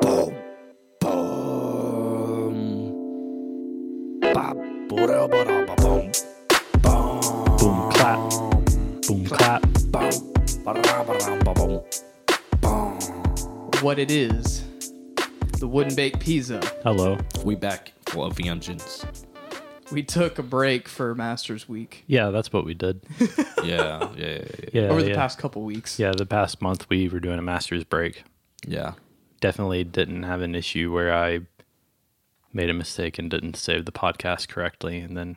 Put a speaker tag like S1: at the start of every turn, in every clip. S1: Boom, boom. Ba, ba, ba, ba, boom, boom.
S2: Boom, clap. Boom, clap.
S1: Boom, ba, ba, ba, ba, boom.
S3: What it is. The wooden baked pizza.
S2: Hello.
S1: We back for a vengeance.
S3: We took a break for Masters Week
S2: Yeah, that's what we did.
S1: Yeah, yeah, yeah, yeah,
S2: Yeah.
S3: over the
S2: yeah.
S3: past couple weeks.
S2: Yeah, the past month we were doing a master's break.
S1: yeah.
S2: Definitely didn't have an issue where I made a mistake and didn't save the podcast correctly and then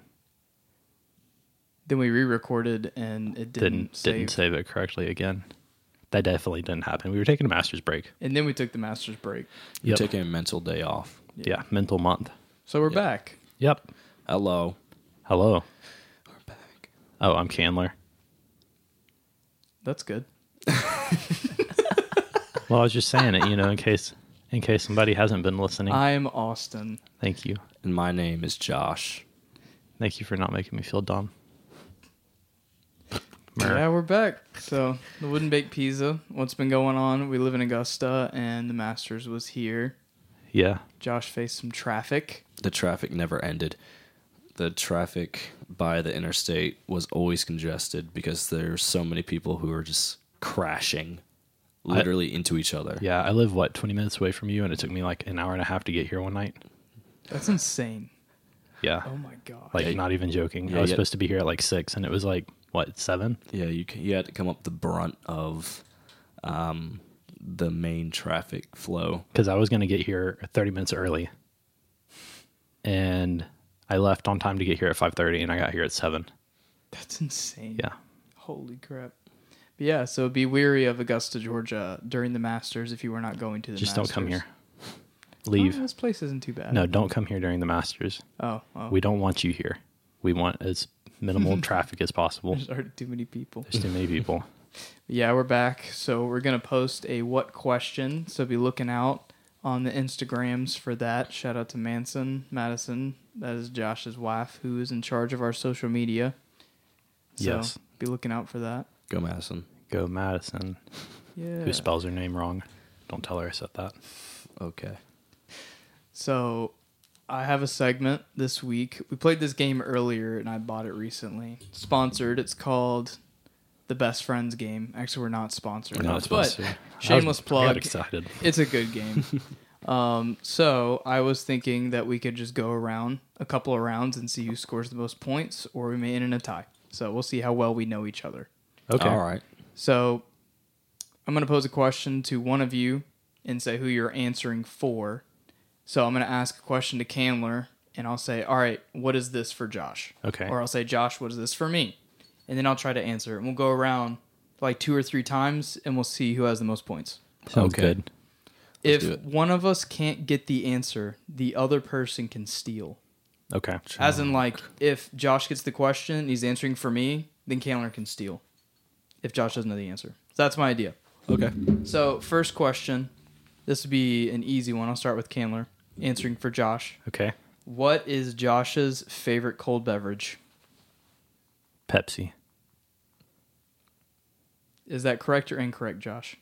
S3: Then we re recorded and it didn't,
S2: didn't
S3: save.
S2: didn't save it correctly again. That definitely didn't happen. We were taking a master's break.
S3: And then we took the Masters break.
S1: You're
S2: Yep.
S1: taking a mental day off.
S2: Yeah, mental month.
S3: So we're back.
S2: Yep.
S1: Hello.
S2: Hello.
S1: We're back.
S2: Oh, I'm Candler.
S3: That's good.
S2: Well, I was just saying it, you know, in case in case somebody hasn't been listening.
S3: I'm Austin.
S2: Thank you.
S1: And my name is Josh.
S2: Thank you for not making me feel dumb.
S3: Yeah, we're back. So the wooden baked pizza. What's been going on? We live in Augusta and the Masters was here.
S2: Yeah.
S3: Josh faced some traffic.
S1: The traffic never ended. The traffic by the interstate was always congested because there's so many people who are just crashing literally into each other.
S2: Yeah, I live what twenty minutes away from you, and it took me like an hour and a half to get here one night.
S3: That's insane.
S2: Yeah,
S3: Oh my god.
S2: like
S1: Yeah, you-
S2: not even joking.
S1: yeah,
S2: I was
S1: you-
S2: supposed to be here at like six, and it was like what seven?
S1: Yeah, you ca- you had to come up the brunt of um, the main traffic flow.
S2: Because I was gonna get here thirty minutes early, and I left on time to get here at five thirty, and I got here at seven.
S3: That's insane.
S2: Yeah,
S3: Holy crap. But yeah, so be weary of Augusta, Georgia during the Masters if you were not going to the
S2: just
S3: Masters.
S2: don't come here.
S3: Oh,
S2: Leave.
S3: this place isn't too bad.
S2: No, don't come here during the Masters.
S3: Oh, oh.
S2: We don't want you here. We want as minimal traffic as possible.
S3: There's already too many people.
S2: There's too many people.
S3: Yeah, we're back. So we're gonna post a what question. So be looking out on the Instagrams for that. Shout out to Manson Madison. That is Josh's wife who is in charge of our social media. So
S2: Yes.
S3: be looking out for that.
S1: Go Madison.
S2: Go Madison.
S3: Yeah.
S2: Who spells her name wrong? Don't tell her I said that.
S1: Okay.
S3: So I have a segment this week. We played this game earlier and I bought it recently. Sponsored. It's called the Best Friends Game. Actually, we're not sponsored.
S2: We're not sponsored. I
S3: But shameless
S2: I got
S3: plug.
S2: excited.
S3: It's a good game. um, so I was thinking that we could just go around a couple of rounds and see who scores the most points, or we may end in a tie. So we'll see how well we know each other.
S2: Okay.
S1: All right.
S3: So I'm going to pose a question to one of you and say who you're answering for. So I'm going to ask a question to Candler and I'll say, all right, what is this for Josh?
S2: Okay.
S3: Or I'll say, Josh, what is this for me? And then I'll try to answer it. And we'll go around like two or three times and we'll see who has the most points.
S2: Sounds
S1: Okay.
S2: good.
S1: do
S3: if
S1: it.
S3: one of us can't get the answer, the other person can steal.
S2: Okay.
S3: As
S1: Oh
S3: in, like, if Josh gets the question and he's answering for me, then Candler can steal. If Josh doesn't know the answer. So that's my idea.
S1: Okay.
S3: So, first question. This would be an easy one. I'll start with Candler answering for Josh.
S2: okay.
S3: What is Josh's favorite cold beverage?
S2: Pepsi.
S3: Is that correct or incorrect, Josh?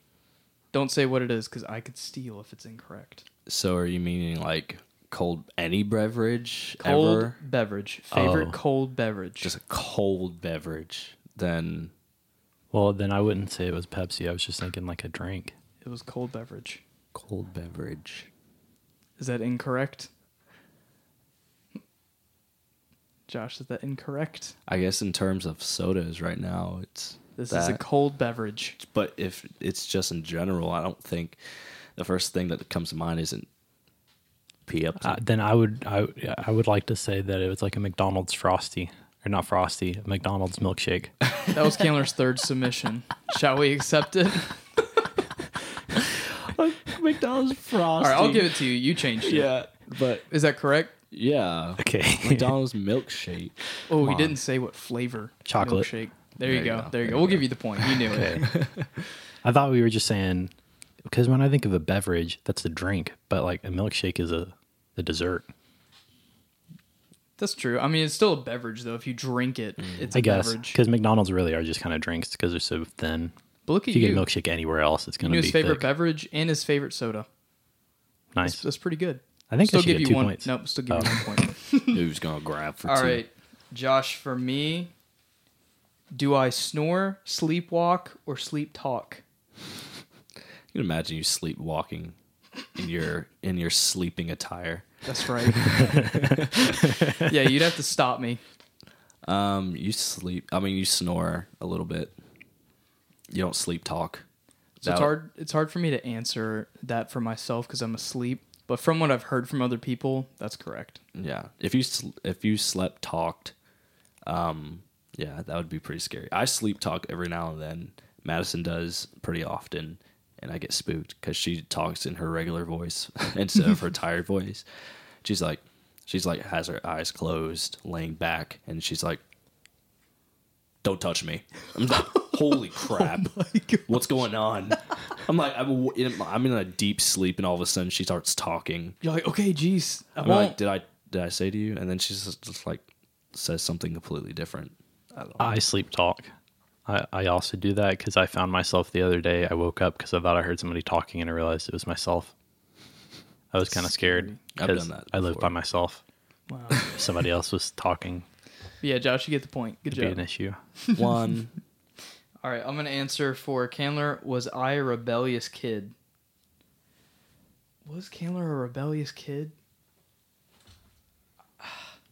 S3: Don't say what it is because I could steal if it's incorrect.
S1: So are you meaning like cold any beverage
S3: Cold
S1: ever?
S3: beverage. Favorite
S2: Oh.
S3: cold beverage.
S1: Just a cold beverage. Then
S2: Well, then I wouldn't say it was Pepsi. I was just thinking like a drink.
S3: it was cold beverage.
S1: cold beverage.
S3: Is that incorrect? Josh, is that incorrect?
S1: I guess in terms of sodas right now, it's
S3: This
S1: is
S3: is a cold beverage.
S1: but if it's just in general, I don't think the first thing that comes to mind isn't Pepsi.
S3: Ah,
S2: Uh, then I would I I would like to say that it was like a McDonald's frosty or not frosty, a McDonald's milkshake.
S3: That was Candler's third submission. Shall we accept it?
S1: McDonald's frosty.
S3: All right, I'll give it to you. You changed it.
S1: Yeah, but
S3: Is that correct?
S1: yeah,
S2: Okay.
S1: McDonald's milkshake.
S3: Oh, he didn't say what flavor.
S2: Chocolate.
S3: Milkshake. There, you go. There you go. We'll give you the point. You knew it.
S2: I thought we were just saying because when I think of a beverage, that's a drink, but like a milkshake is a the dessert.
S3: That's true. I mean, it's still a beverage though. If you drink it, it's
S2: Mm.
S3: a
S2: I guess
S3: beverage.
S2: because McDonald's really are just kind of drinks because they're so thin.
S3: But look at
S2: If you
S3: you.
S2: get milkshake anywhere else, it's
S3: you
S2: going
S3: knew
S2: to
S3: his
S2: be
S3: favorite
S2: thick.
S3: beverage and his favorite soda. That's,
S2: nice.
S3: that's pretty good.
S2: I think I
S3: still
S2: should
S3: give
S2: get
S3: you
S2: two
S3: one.
S2: points. Oh.
S3: Nope, still give you one point.
S1: Who's gonna grab for
S3: All
S1: two?
S3: right, Josh. For me, do I snore, sleepwalk, or sleep talk?
S1: You can imagine you sleepwalking in your in your sleeping attire.
S3: That's right. yeah, you'd have to stop me.
S1: Um, you sleep. I mean, you snore a little bit. You don't sleep talk.
S3: So
S1: That-
S3: it's hard. It's hard for me to answer that for myself because I'm asleep. But from what I've heard from other people, that's correct.
S1: Yeah. If you sl- if you slept talked, um, yeah, that would be pretty scary. I sleep talk every now and then. Madison does pretty often, and I get spooked because she talks in her regular voice instead of her tired voice. She's like, she's like has her eyes closed, laying back, and she's like, "Don't touch me." I'm like, "Holy crap! What's going on?" I'm like, I'm, w- in- I'm in a deep sleep, and all of a sudden she starts talking.
S3: You're like, okay, geez, I
S1: I'm
S3: won't.
S1: like, did I did I say to you? And then she's just, just like says something completely different.
S2: I sleep talk. I, I also do that because I found myself the other day. I woke up because I thought I heard somebody talking and I realized it was myself. I was kind of scared
S1: I've done
S2: 'cause
S1: that
S2: I live
S1: before.
S2: by myself.
S3: wow.
S2: If somebody else was talking,
S3: Yeah, Josh, you get the point. Good
S2: it'd be
S3: job.
S2: an issue.
S1: One,
S3: All right, I'm gonna answer for Candler. Was I a rebellious kid? Was Candler a rebellious kid?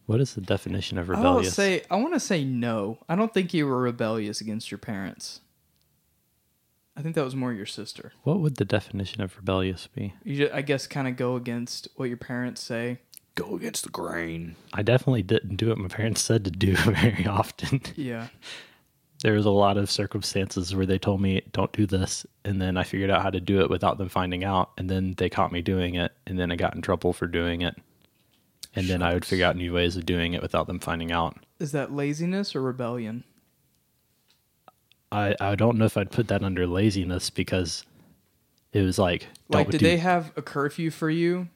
S2: What is the definition of
S3: I will
S2: rebellious?
S3: say I want to say no. I don't think you were rebellious against your parents. I think that was more your sister.
S2: what would the definition of rebellious be?
S3: You, ju- I guess, kind of go against what your parents say.
S1: go against the grain.
S2: I definitely didn't do what my parents said to do very often.
S3: Yeah,
S2: there was a lot of circumstances where they told me don't do this and then i figured out how to do it without them finding out and then they caught me doing it and then i got in trouble for doing it and then i would figure out new ways of doing it without them finding out
S3: is that laziness or rebellion?
S2: i, I don't know if i'd put that under laziness because it was like
S3: Like,
S2: don't
S3: did
S2: do-
S3: they have a curfew for you?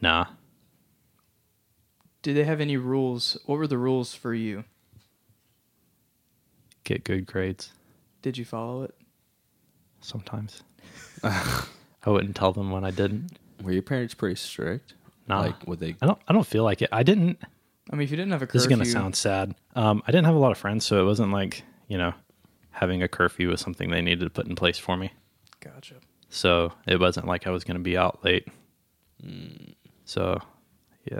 S2: nah
S3: Did they have any rules? What were the rules for you?
S2: get good grades
S3: Did you follow it?
S2: sometimes i wouldn't tell them when i didn't
S1: Were your parents pretty strict?
S2: Nah.
S1: Like, would they?
S2: i don't i don't feel like it i didn't
S3: I mean, if you didn't have a curfew,
S2: This is going to sound sad. Um, I didn't have a lot of friends, so it wasn't like, you know, having a curfew was something they needed to put in place for me.
S3: Gotcha.
S2: So it wasn't like I was going to be out late. So, yeah,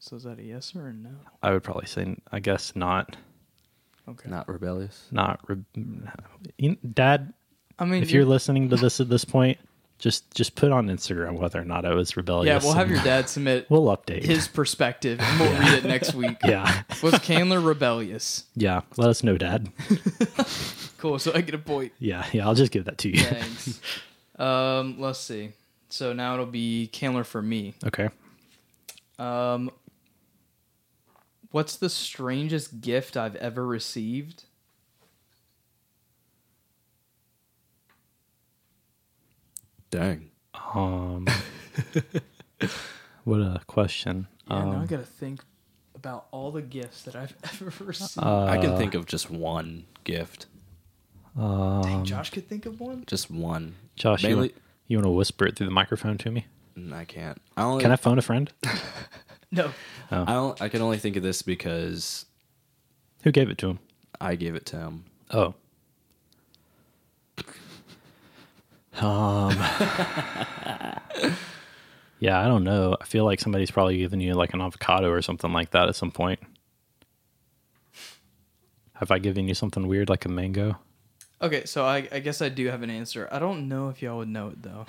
S3: So is that a yes or a no?
S2: I would probably say, I guess not,
S3: Okay.
S1: Not rebellious.
S2: not, re- you- dad,
S3: I mean,
S2: if you're listening to this at this point, just, just put on Instagram whether or not I was
S3: yeah,
S2: rebellious.
S3: we'll have
S2: and
S3: your dad submit
S2: we'll update.
S3: his perspective, and we'll read it next week.
S2: yeah.
S3: Was Candler rebellious?
S2: Yeah. Let us know, dad.
S3: Cool. So I get a point.
S2: Yeah. Yeah. I'll just give that to you.
S3: Thanks. um, let's see. So now it'll be Candler for me.
S2: Okay.
S3: Um, what's the strangest gift I've ever received?
S1: Dang.
S2: Um, what a question.
S3: Yeah,
S2: um,
S3: now I gotta think about all the gifts that I've ever received.
S1: I can think of just one gift.
S2: Um,
S3: Josh could think of one.
S1: Just one.
S2: Josh, you,
S1: Mainly,
S2: want, you want to whisper it through the microphone to me?
S1: Mm, I can't. I only.
S2: Can I Oh. phone a friend?
S3: No.
S1: I don't. I can only think of this because
S2: Who gave it to him?
S1: I gave it to him.
S2: Oh. Um. yeah, I don't know. I feel like somebody's probably given you like an avocado or something like that at some point. Have I given you something weird like a mango?
S3: Okay, so I, I guess I do have an answer. I don't know if y'all would know it though.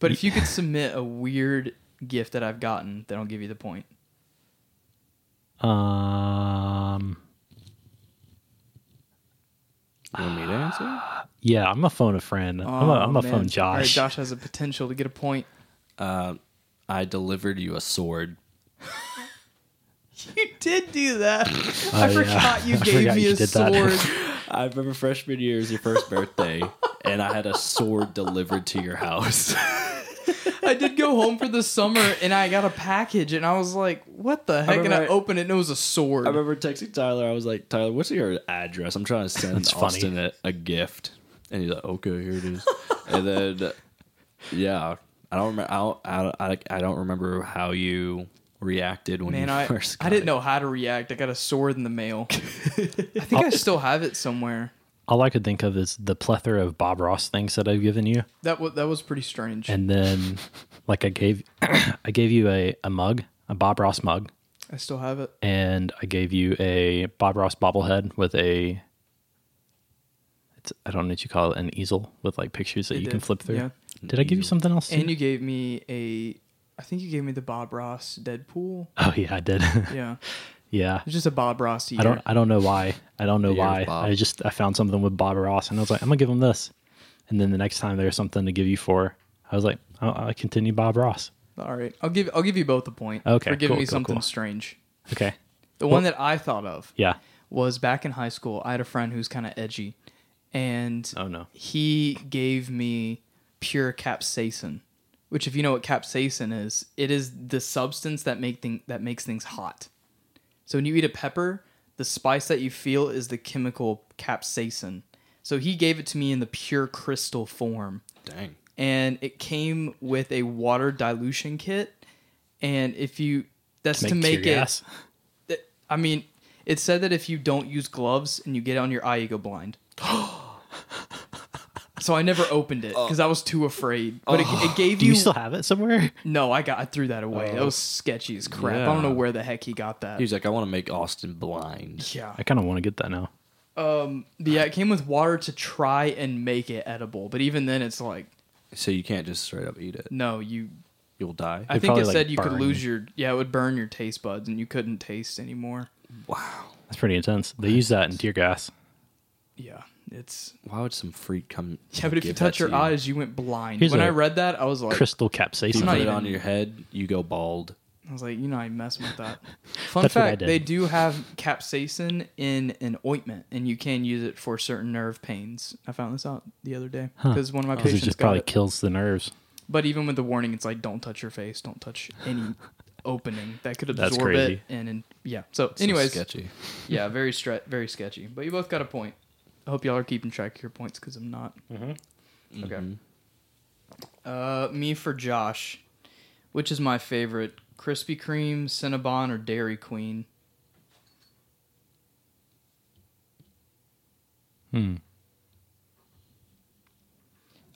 S3: But if you could submit a weird gift that I've gotten, then I'll give you the point.
S2: Um.
S1: You want me to answer?
S2: Yeah, I'm a phone a friend. I'm a, I'm
S3: Oh,
S2: a phone
S3: man. All right,
S2: Josh.
S3: Josh has a potential to get a point.
S1: I delivered you a sword.
S3: You did do that.
S2: Oh,
S3: I
S2: yeah.
S3: forgot you
S2: I
S3: gave
S2: forgot
S3: me
S2: you
S3: a
S2: did that.
S3: sword.
S1: I remember freshman year is your first birthday, and I had a sword delivered to your house.
S3: I did go home for the summer and I got a package and I was like, what the heck? and I
S1: remember I-
S3: opened it and it was a sword.
S1: I remember texting Tyler. I was like, Tyler, what's your address? I'm trying to send
S2: That's funny.
S1: Austin a, a gift, and he's like, okay, here it is. and then, yeah, I don't remember. I don't, I don't, I, I don't remember how you reacted when
S3: Man,
S1: you
S3: I,
S1: first. Got
S3: I didn't
S1: it.
S3: know how to react. I got a sword in the mail. I think I still have it somewhere.
S2: All I could think of is the plethora of Bob Ross things that I've given you,
S3: That was that was pretty strange.
S2: and then like I gave, I gave you a a mug, a Bob Ross mug,
S3: I still have it.
S2: and I gave you a Bob Ross bobblehead with a. It's I don't know what you call it, an easel with like pictures that
S3: It
S2: you can
S3: did,
S2: flip through.
S3: yeah.
S2: Did I give you
S1: easel.
S2: something else?
S3: And
S2: too?
S3: you gave me a I think you gave me the Bob Ross Deadpool.
S2: oh yeah, I did.
S3: Yeah.
S2: yeah.
S3: It's just a Bob Ross year.
S2: I don't I don't know why. I don't know
S1: The year of
S2: why.
S1: Bob.
S2: I just I found something with Bob Ross and I was like, I'm gonna give him this. And then the next time there's something to give you for, I was like, I'll, I'll continue Bob Ross.
S3: All right. I'll give I'll give you both a point
S2: Okay,
S3: for giving
S2: cool,
S3: me
S2: cool,
S3: something
S2: cool.
S3: strange.
S2: Okay.
S3: The one that I thought of
S2: Yeah.
S3: was back in high school. I had a friend who's kind of edgy, and
S2: Oh, no.
S3: he gave me pure capsaicin, which, if you know what capsaicin is, it is the substance that make thing that makes things hot. So when you eat a pepper, the spice that you feel is the chemical capsaicin. So he gave it to me in the pure crystal form
S1: Dang.
S3: and it came with a water dilution kit. And if you that's to make,
S2: tear
S3: it,
S2: gas.
S3: th- I mean, it said that if you don't use gloves and you get on your eye, you go blind. so I never opened it because I was too afraid. But it, it gave
S2: Do
S3: you,
S2: you still have Oh. it somewhere?
S3: no. I got I threw that away. that was sketchy as crap. I
S1: Yeah.
S3: don't know where the heck he got that.
S1: He was like, I want to make Austin blind.
S3: yeah.
S2: I kind of want to get that now.
S3: Um. Yeah. It came with water to try and make it edible, but even then, it's like
S1: So you can't just straight up eat it.
S3: no. You
S1: You'll die.
S3: I
S2: It'd
S3: think it
S2: probably, like,
S3: said you could
S2: burn.
S3: lose your yeah, it would burn your taste buds and you couldn't taste anymore.
S1: wow.
S2: That's pretty intense. They use that in tear gas.
S3: Yeah, it's
S1: Why would some freak come?
S3: yeah, but if you
S1: give that
S3: touch
S1: to
S3: your
S1: you?
S3: eyes, you went blind.
S2: Here's
S3: when
S2: a
S3: I read that, I was like,
S2: Crystal
S1: you
S2: capsaicin.
S1: put
S3: not
S1: it
S3: even-
S1: on your head, you go bald.
S3: I was like, you know, I messing with that. Fun
S2: That's what I
S3: fact:
S2: did.
S3: they do have capsaicin in an ointment, and you can use it for certain nerve pains. I found this out the other day because one of my
S2: Because it
S3: patients
S2: just
S3: got
S2: probably
S3: it.
S2: kills the nerves.
S3: But even with the warning, it's like, don't touch your face, don't touch any opening that could
S2: That's
S3: absorb it,
S2: crazy.
S3: and, and yeah. So,
S1: So
S3: anyways,
S1: sketchy.
S3: Yeah, very stre- very sketchy. But you both got a point. I hope y'all are keeping track of your points because I'm not. Okay. Uh, me for Josh. Which is my favorite? Krispy Kreme, Cinnabon, or Dairy Queen?
S2: Hmm.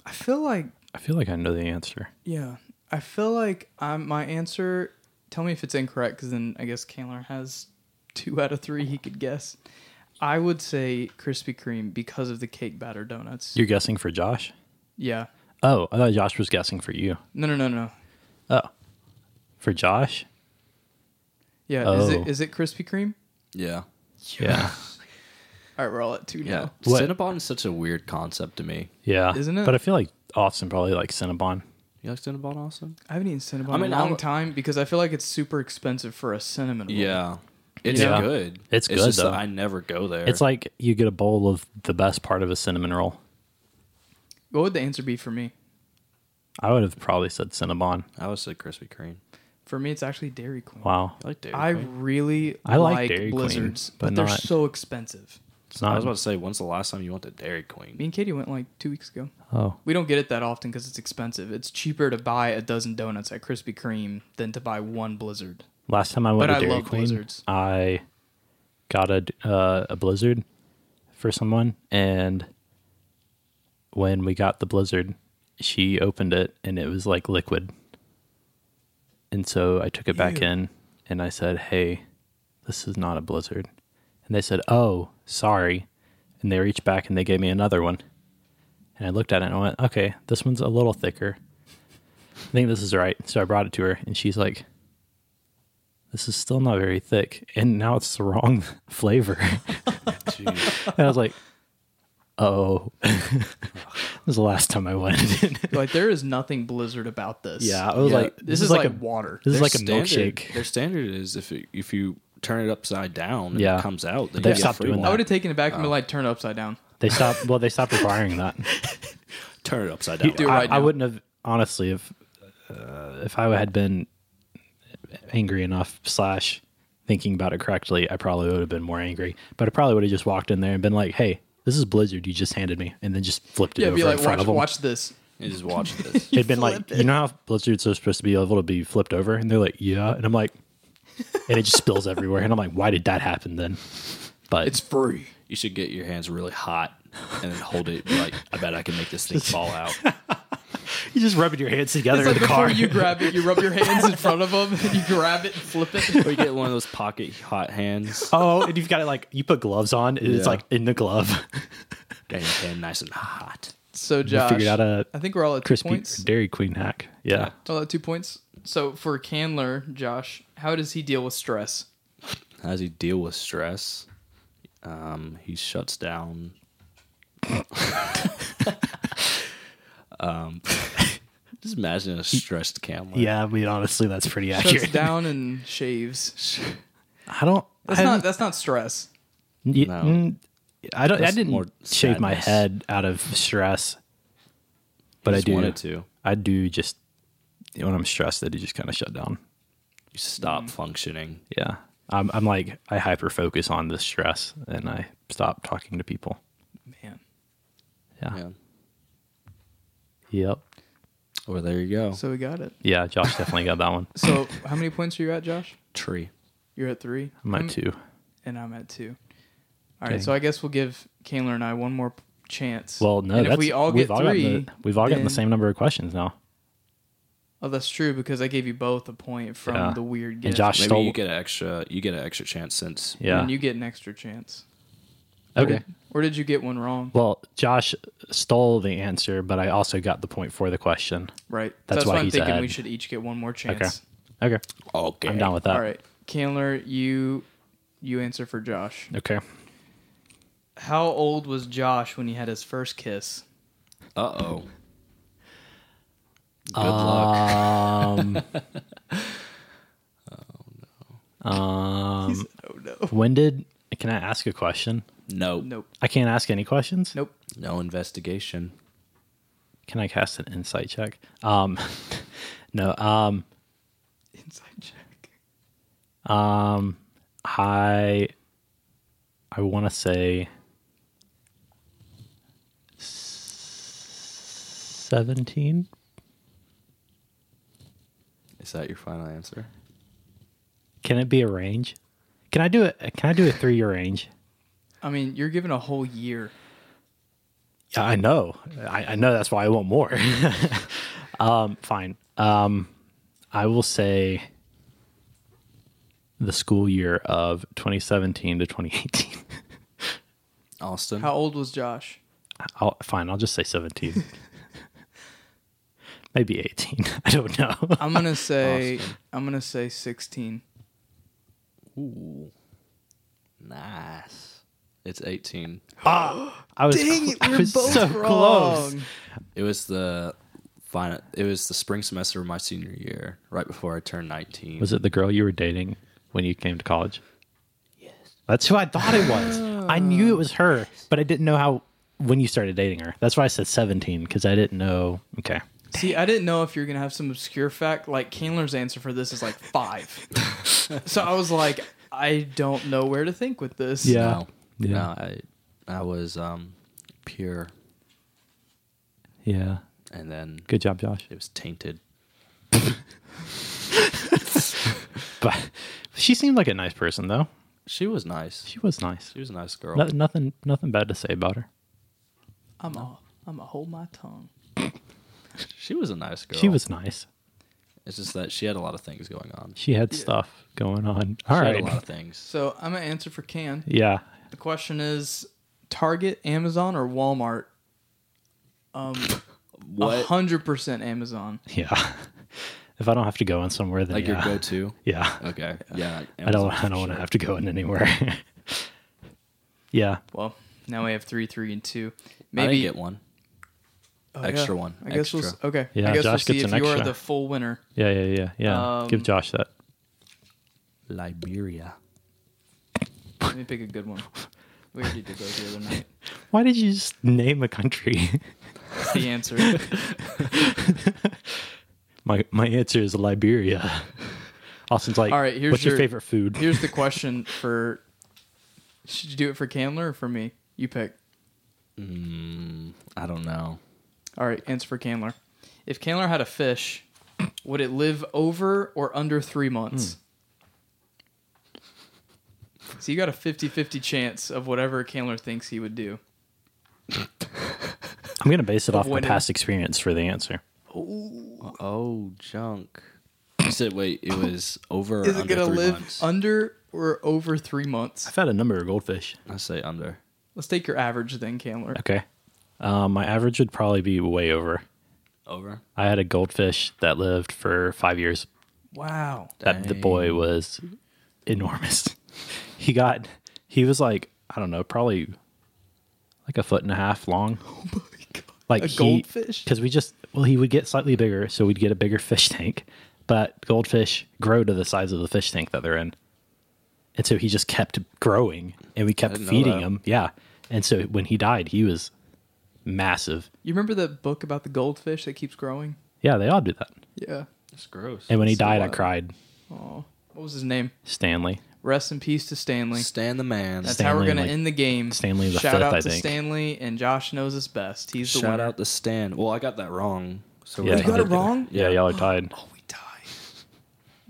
S3: I feel like
S2: I feel like I know the answer.
S3: yeah. I feel like I'm, my answer. Tell me if it's incorrect, because then I guess Kaler has two out of three he could guess. I would say Krispy Kreme because of the cake batter donuts.
S2: You're guessing for Josh?
S3: yeah.
S2: Oh, I thought Josh was guessing for you.
S3: No, no, no, no.
S2: Oh. For Josh?
S3: Yeah. Is
S2: Oh.
S3: it is it Krispy Kreme?
S1: Yeah.
S2: Yeah.
S3: All right, we're all at two
S1: Yeah.
S3: now.
S2: What-
S1: Cinnabon is such a weird concept to me.
S2: Yeah.
S3: Isn't it?
S2: But I feel like Austin probably likes Cinnabon.
S1: You like Cinnabon, Austin?
S3: I haven't eaten Cinnabon
S1: I mean,
S3: in a long
S1: I'll-
S3: time because I feel like it's super expensive for a cinnamon roll.
S1: Yeah. It's
S2: Yeah.
S1: good.
S2: It's good,
S1: just that
S2: though.
S1: I never go there.
S2: It's like you get a bowl of the best part of a cinnamon roll.
S3: What would the answer be for me?
S2: I would have probably said Cinnabon.
S1: I would say Krispy Kreme.
S3: For me, it's actually Dairy Queen.
S2: Wow.
S1: I like Dairy
S3: I
S1: Queen.
S3: really
S2: I like
S3: like,
S2: Dairy Queen,
S3: blizzards,
S2: but
S3: but, they're
S2: not-
S3: so expensive.
S2: It's
S1: I
S2: not.
S1: was about to say, when's the last time you went to Dairy
S3: Me
S1: Queen?
S3: and Katie went like two weeks ago.
S2: oh,
S3: We don't get it that often because it's expensive. It's cheaper to buy a dozen donuts at Krispy Kreme than to buy one blizzard.
S2: last time I went
S3: But
S2: to
S3: I
S2: Dairy
S3: love
S2: Queen,
S3: blizzards.
S2: I got a uh, a blizzard for someone, and when we got the blizzard, she opened it and it was like liquid. And so I took it back
S3: Ew.
S2: in and I said, "Hey, this is not a blizzard." And they said, "Oh, sorry." And they reached back and they gave me another one. And I looked at it and I went, "Okay, this one's a little thicker. I think this is right." So I brought it to her and she's like, "This is still not very thick." And now it's the wrong flavor.
S1: Jeez.
S2: and I was like, "Oh, this is the last time I went."
S3: like there is nothing blizzard about this.
S2: yeah, I was
S1: Yeah,
S2: like,
S3: This, is, like, water.
S2: This is
S1: Their
S2: like a
S1: standard-
S2: milkshake.
S1: Their standard is if it, if you turn it upside down and
S2: Yeah.
S1: it comes out, then
S2: They've
S1: you get a
S2: stopped
S1: free
S2: doing
S1: one.
S3: I would have taken it back and been like, turn it upside down.
S2: They stopped. Well, they stopped requiring that.
S1: Turn it upside down.
S3: do it
S2: I,
S3: right
S2: I
S3: now.
S2: wouldn't have honestly if uh, if I had been angry enough slash thinking about it correctly, I probably would have been more angry. But I probably would have just walked in there and been like, "Hey, this is Blizzard you just handed me," and then just flipped it
S3: Yeah,
S2: over
S3: be
S2: in
S3: like,
S2: front
S3: watch,
S2: of them.
S3: watch this.
S1: You just watch this.
S2: It'd been like, you know how Blizzards are supposed to be able to be flipped over, and they're like, "Yeah," and I'm like, and it just spills everywhere, and I'm like, "Why did that happen then?" But
S3: It's free.
S1: You should get your hands really hot and then hold it. and be Like I bet I can make this thing fall out.
S2: you just rubbing your hands together
S3: It's like before you grab it, you rub your hands in front of them, and you grab it and flip it.
S1: Or you get one of those pocket hot hands.
S2: Oh, and you've got it like you put gloves on, and it's
S1: Yeah.
S2: like in the glove.
S1: Dang, hand nice and hot.
S3: So
S2: I
S3: Josh,
S2: figured out a
S3: I think we're all at two
S2: crispy
S3: points.
S2: Dairy Queen hack. Yeah.
S3: All at two points. So for Candler, Josh, how does he deal with stress?
S1: How does he deal with stress? Um, he shuts down. um, just imagine a stressed camera.
S2: Yeah, I mean, honestly, that's pretty
S3: Shuts
S2: accurate.
S3: down and shaves.
S2: I don't.
S3: That's
S2: I,
S3: not that's not stress.
S2: y-
S1: No.
S2: mm, I don't. I
S1: That's
S2: didn't
S1: more
S2: shave my
S1: sadness.
S2: head out of stress, but I
S1: Just
S2: do.
S1: wanted to.
S2: I do just when I'm stressed, I do just kind of shut down.
S3: Mm-hmm.
S1: You stop functioning.
S2: Yeah, I'm. I'm like I hyper focus on the stress, and I stop talking to people.
S3: Man.
S2: Yeah.
S1: Yeah.
S2: Yep.
S1: Or there you go.
S3: So we got it.
S2: Yeah, Josh definitely got that one.
S3: So how many points are you at, Josh?
S1: Tree.
S3: You're at three.
S2: I'm at
S3: I'm-
S2: two.
S3: and I'm at two. All right,
S2: Okay.
S3: so I guess we'll give Candler and I one more p- chance.
S2: Well, no,
S3: and
S2: that's
S3: if we all
S2: we've
S3: get
S2: gotten
S3: three,
S2: the, we've all gotten the
S3: then-
S2: same number of questions now.
S3: Oh, that's true because I gave you both a point from
S2: Yeah.
S3: the weird
S2: And
S3: gift.
S2: Josh
S1: Maybe
S2: stole.
S1: you get an extra. You get an extra chance since.
S2: yeah.
S3: and you get an extra chance.
S2: okay.
S3: Or did you get one wrong?
S2: Well, Josh stole the answer, but I also got the point for the question.
S3: Right.
S2: That's
S3: That's
S2: why
S3: why I'm
S2: he's
S3: thinking we
S2: ahead.
S3: should each get one more chance.
S2: Okay.
S1: Okay.
S2: I'm down with that.
S3: All right, Candler, you you answer for Josh.
S2: Okay.
S3: How old was Josh when he had his first kiss?
S1: Uh oh. Good
S2: Uh,
S1: luck.
S2: Um,
S3: Oh no.
S2: when did can I ask a question?
S1: Nope.
S3: Nope.
S2: I can't ask any questions.
S3: Nope.
S1: No investigation.
S2: Can I cast an insight check? Um, no. Um,
S3: Inside check.
S2: um, I I want to say seventeen.
S1: Is that your final answer?
S2: Can it be a range? Can I do it? Can I do a three year range?
S3: I mean, you're given a whole year.
S2: Yeah, I know. I, I know that's why I want more. um, fine. Um, I will say the school year of 2017 to 2018.
S1: Austin.
S3: How old was Josh?
S2: I'll, fine, I'll just say 17. Maybe 18. I don't know.
S3: I'm gonna say I'm gonna say 16.
S1: Ooh. Nice. It's 18.
S2: I was,
S3: Dang it,
S2: I
S3: we're
S2: was
S3: both
S2: so
S3: wrong.
S2: close.
S1: It was the final it was the spring semester of my senior year, right before I turned 19.
S2: Was it the girl you were dating when you came to college? Yes. Oh. That's who I thought it was. I knew it was her, but I didn't know how when you started dating her. That's why I said 17 because I didn't know. Okay.
S3: See, I didn't know if you were gonna have some obscure fact. Like Candler's answer for this is like five. so I was like, I don't know where to think with this.
S2: Yeah.
S1: No.
S2: Yeah.
S1: No, I I was um pure
S2: Yeah.
S1: and then
S2: Good job, Josh.
S1: it was tainted.
S2: But she seemed like a nice person though.
S1: She was nice.
S2: She was nice.
S1: She was a nice girl.
S2: No- nothing nothing bad to say about her.
S3: I'm a I'm a hold my tongue.
S1: She was a nice girl.
S2: She was nice.
S1: It's just that she had a lot of things going on.
S2: She had stuff going on. All
S1: she
S2: right.
S1: had a lot of things.
S3: So I'm gonna answer for Can.
S2: Yeah.
S3: The question is Target, Amazon, or Walmart?
S1: What
S3: hundred percent Amazon.
S2: Yeah. If I don't have to go in somewhere then
S1: like
S2: yeah.
S1: your go-to?
S2: yeah.
S1: Okay. Yeah.
S2: I don't I don't want to have to go in anywhere. yeah.
S3: Well, now we have three, three, and two.
S1: Maybe
S3: Maybe
S1: get one.
S3: Oh,
S1: extra one.
S3: I guess we'll s-
S1: Extra.
S3: okay. I
S2: Yeah,
S3: guess
S2: Josh
S3: we'll see
S2: gets
S3: if
S2: an
S3: you are
S2: extra.
S3: the full winner.
S2: Yeah, yeah, yeah. Yeah. Give
S3: Um,
S2: Josh that.
S3: oh.
S1: Liberia.
S3: Let me pick a good one. We already did those the other night.
S2: Why did you just name a country?
S3: That's the answer.
S2: My my answer is Liberia. Austin's like,
S3: All right, here's
S2: what's your,
S3: your-
S2: favorite food?
S3: Here's the question for should you do it for Candler or for me? You pick.
S1: Mm, I don't know.
S3: All right, answer for Candler. If Candler had a fish, would it live over or under three months?
S2: Hmm.
S3: So you got a 50 50 chance of whatever Candler thinks he would do.
S2: I'm gonna base it off my
S3: Avoided.
S2: past experience for the answer.
S1: Oh, junk. You said wait, it was over.
S3: Is
S1: or
S3: it
S1: under
S3: going to
S1: three
S3: live
S1: months?
S3: under or over three months?
S2: I've had a number of goldfish.
S1: I say under.
S3: Let's take your average then, Candler.
S2: Okay, um, my average would probably be way over.
S1: Over.
S2: I had a goldfish that lived for five years.
S3: Wow.
S2: That the boy was enormous. he got he was like I don't know, probably like a foot and a half long. like
S3: A goldfish?
S2: because we just well he would get slightly bigger so we'd get a bigger fish tank but goldfish grow to the size of the fish tank that they're in and so he just kept growing and we kept
S1: didn't know
S2: feeding
S1: that.
S2: him yeah and so when he died he was massive
S3: You remember that book about the goldfish that keeps growing?
S2: yeah they all do that
S3: Yeah.
S1: It's gross.
S2: and when he
S3: So
S2: died i
S3: wild.
S2: cried
S3: Oh, what was his name?
S2: stanley
S3: Rest in peace to Stanley.
S1: Stand the man.
S3: That's how
S2: Stanley,
S3: we're going
S2: like-
S3: to end the game.
S2: Stanley the
S3: Shout
S2: fifth,
S3: out
S2: I
S3: to
S2: think.
S3: Stanley, and Josh knows us best. He's the
S1: Shout
S3: winner.
S1: out to Stan. Well, I got that wrong. So
S2: Yeah,
S1: we're
S2: You got it
S1: together.
S3: wrong?
S2: yeah y'all are tied
S3: Oh, we died.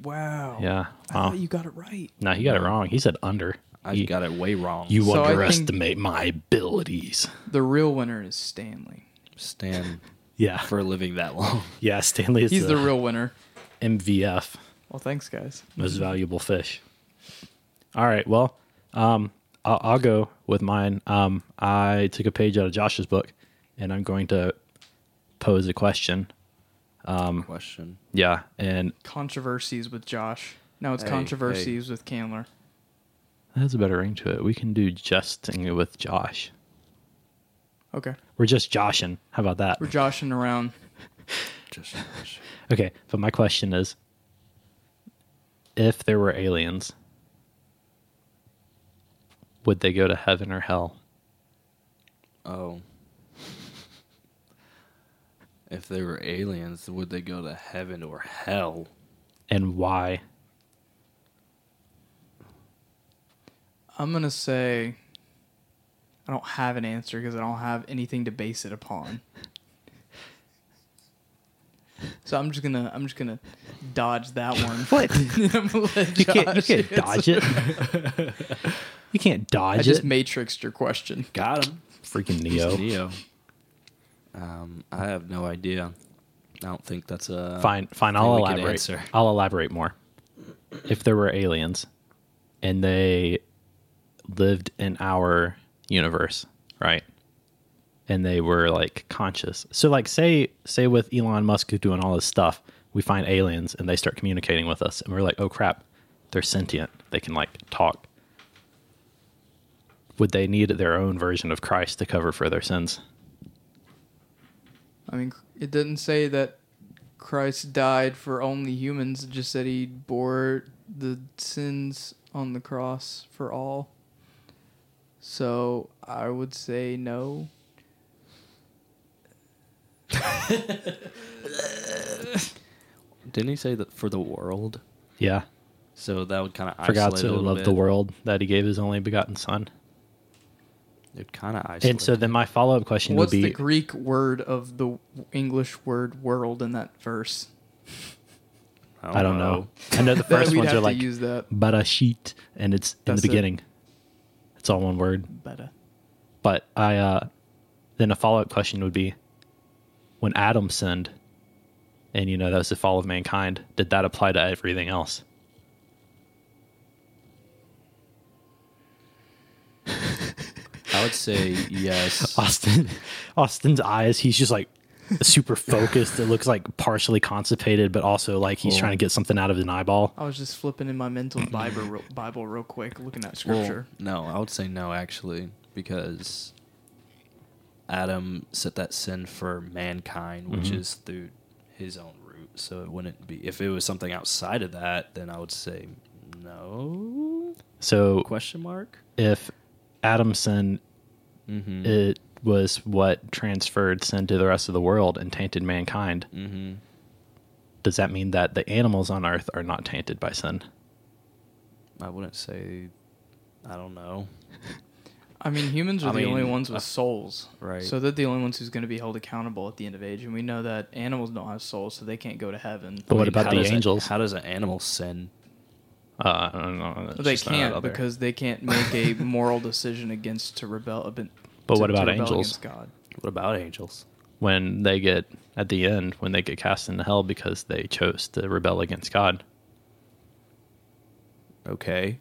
S3: Wow.
S2: yeah
S3: I
S2: wow
S3: thought you got it right.
S2: no he got it wrong he said under
S1: I
S2: He-
S1: got it way wrong.
S2: you
S3: So I think-
S2: underestimate my abilities
S3: The real winner is Stanley.
S1: Stan
S2: yeah
S1: for living that long.
S2: yeah stanley is
S3: He's
S2: the
S3: the real winner.
S2: mvf
S3: Well, thanks, guys.
S2: most valuable fish. All right. Well, um, I'll, I'll go with mine. Um, I took a page out of Josh's book, and I'm going to pose a question.
S1: Question.
S2: Yeah, and
S3: Controversies with Josh. Now it's
S1: Hey,
S3: controversies with Candler.
S2: that has a better ring to it. We can do justing with Josh.
S3: Okay.
S2: We're just joshing. How about that?
S3: We're joshing around.
S1: Just
S2: Okay. But my question is, if there were aliens, would they go to heaven or hell?
S1: oh. If they were aliens, would they go to heaven or hell?
S2: And why?
S3: I'm going to say I don't have an answer because I don't have anything to base it upon. So I'm just gonna I'm just gonna dodge that one. What? I'm gonna let
S2: You can't, you
S3: Josh
S2: can't
S3: answer.
S2: dodge it. you can't dodge
S3: I just
S2: it.
S3: matrixed your question.
S1: Got him.
S2: Freaking
S1: He's
S2: Neo.
S1: Neo. Um, I have no idea. I don't think that's a
S2: Fine, fine.
S1: Thing
S2: I'll
S1: we can
S2: elaborate.
S1: answer.
S2: I'll elaborate more. If there were aliens, and they lived in our universe, right? And they were like conscious. So, like, say, say with Elon Musk who's doing all this stuff, we find aliens and they start communicating with us, and we're like, oh crap, they're sentient. They can like talk. Would they need their own version of Christ to cover for their sins?
S3: I mean, it didn't say that Christ died for only humans. It just said he bore the sins on the cross for all. So I would say no.
S1: Didn't he say that for the world?
S2: Yeah.
S1: So that would kind of
S2: For God
S1: isolate
S2: so
S1: it a little
S2: loved
S1: bit.
S2: the world that he gave his only begotten son.
S1: It kind of isolate.
S2: And so then my follow up question
S3: What's
S2: would
S3: the
S2: be
S3: Greek word of the English word world in that verse?
S2: I don't know. I know the
S3: That
S2: first
S3: Oh, we'd
S2: ones
S3: have
S2: are
S3: to
S2: like
S3: use that
S2: barashit and it's in
S3: That's
S2: the
S3: it.
S2: beginning. It's all one word.
S3: better.
S2: But I uh then a follow up question would be when Adam sinned and you know that was the fall of mankind, did that apply to everything else?
S1: I would say yes.
S2: Austin Austin's eyes, he's just like super focused. It looks like partially constipated, but also like he's
S1: Oh.
S2: trying to get something out of an eyeball.
S3: I was just flipping in my mental Bible real, Bible real quick, looking at
S1: Well,
S3: scripture.
S1: no, I would say no actually because Adam set that sin for mankind, which
S2: Mhm.
S1: is through his own root. So it wouldn't be if it was something outside of that, then I would say no.
S2: So
S1: Question mark.
S2: if Adam sinned
S1: Mm-hmm.
S3: Mm.
S2: it
S3: Mm.
S2: was what transferred sin to the rest of the world and tainted mankind.
S1: mm-hmm.
S2: does that mean that the animals on earth are not tainted by sin?
S1: I wouldn't say. I don't know.
S3: I mean, humans are
S1: I
S3: the only
S1: mean,
S3: ones with
S1: uh,
S3: souls,
S1: right.
S3: So they're the only ones who's going to be held accountable at the end of age, and we know that animals don't have souls, so they can't go to heaven.
S2: But what
S1: I mean,
S2: about
S1: how
S2: the
S1: does a-
S2: angels?
S1: how does an animal sin?
S2: Uh, I don't know. It's
S3: they
S2: just not
S3: can't
S2: out there.
S3: because they can't make a moral decision against to rebel. ab-
S2: But
S3: to-
S2: what
S3: to
S2: about
S3: rebel
S2: angels?
S3: against God.
S1: What about angels?
S2: when they get at the end when they get cast into hell because they chose to rebel against God.
S1: Okay.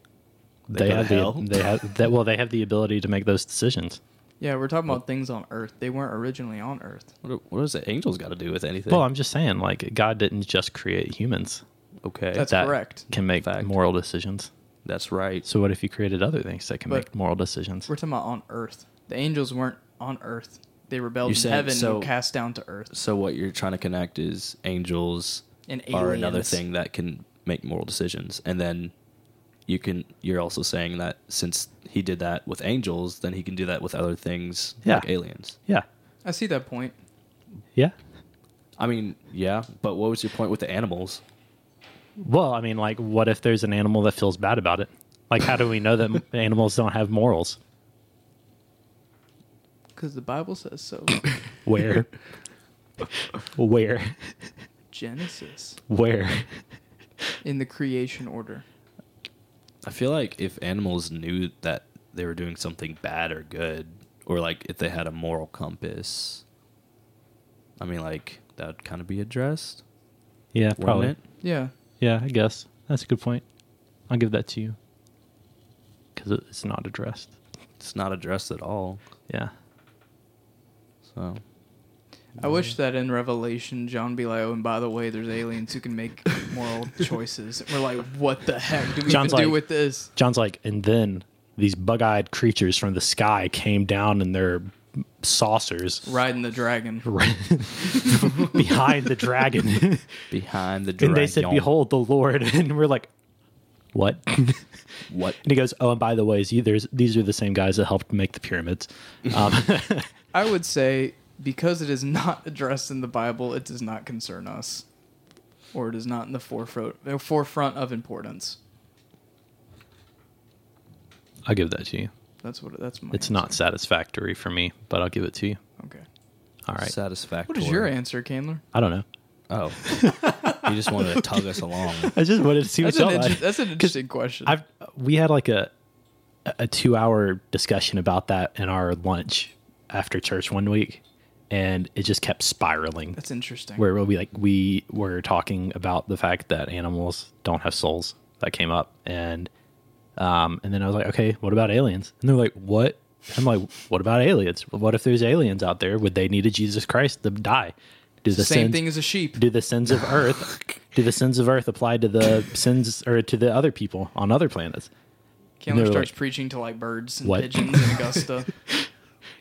S2: They,
S1: go to
S2: have
S1: hell?
S2: the they have that well they have the ability to make those decisions.
S3: Yeah, we're talking about things on Earth. They weren't originally on Earth.
S1: What, do- what does the angels got to do with anything?
S2: Well, I'm just saying like God didn't just create humans
S1: okay.
S3: That's
S2: that
S3: correct.
S2: can make
S1: Fact.
S2: moral decisions.
S1: That's right.
S2: So what if you created other things that can
S3: But-
S2: make moral decisions?
S3: We're talking about on Earth. The angels weren't on Earth. They rebelled
S1: You're
S3: in
S1: saying-
S3: heaven
S1: so-
S3: and were cast down to Earth.
S1: So what you're trying to connect is angels
S3: And
S1: are another
S3: aliens.
S1: thing that can make moral decisions, and then you can. You're also saying that since he did that with angels, then he can do that with other things
S2: Yeah.
S1: like aliens.
S2: Yeah.
S3: I see that point.
S2: Yeah.
S1: I mean, yeah, but what was your point with the animals?
S2: Well, I mean like what if there's an animal that feels bad about it? Like how do we know that animals don't have morals?
S3: Because the Bible says so.
S2: Where? Where?
S3: Genesis.
S2: Where?
S3: In the creation order.
S1: I feel like if animals knew that they were doing something bad or good, or like if they had a moral compass, I mean, like that would kind of be addressed,
S2: Yeah,
S1: wouldn't
S2: probably.
S1: it?
S3: Yeah.
S2: Yeah, I guess that's a good point. I'll give that to you because it's not addressed.
S1: It's not addressed at all.
S2: Yeah,
S1: So
S3: I wish that in Revelation, John be like, oh, and by the way, there's aliens who can make moral choices. We're like, what the heck do we
S2: John's
S3: even do
S2: like-
S3: with this?
S2: John's like, and then these bug-eyed creatures from the sky came down in their saucers
S3: Riding the dragon.
S2: behind the dragon,
S1: behind the dragon,
S2: and they said, "Behold, the Lord." And we're like, "What?" and
S1: what?
S2: he goes, "Oh, and by the way, there's, these are the same guys that helped make the pyramids." Um,
S3: I would say because it is not addressed in the Bible, it does not concern us, or it is not in the forefront uh, forefront of importance.
S2: I'll give that to you.
S3: That's what. That's my.
S2: It's not satisfactory for me, but I'll give it to you.
S3: Okay.
S2: All right.
S1: Satisfactory.
S3: What is your answer, Candler?
S2: I don't know.
S1: Oh, you just wanted to tug us along.
S2: I just wanted to see
S3: That's
S2: what's
S3: an,
S2: up.
S3: inter- that's an interesting question.
S2: I've we had like a a two hour discussion about that in our lunch after church one week, and it just kept spiraling.
S3: that's interesting.
S2: Where we like we were talking about the fact that animals don't have souls that came up, and um, and then I was like, okay, what about aliens? And they're like, what? I'm like, what about aliens? What if there's aliens out there? Would they need a Jesus Christ to die? Do the
S3: Same
S2: sins-
S3: thing as a sheep.
S2: do the sins of earth do the sins of earth apply to the sins or to the other people on other planets
S3: Candler
S2: they're
S3: starts
S2: like,
S3: preaching to like birds and
S2: "What?"
S3: pigeons in Augusta.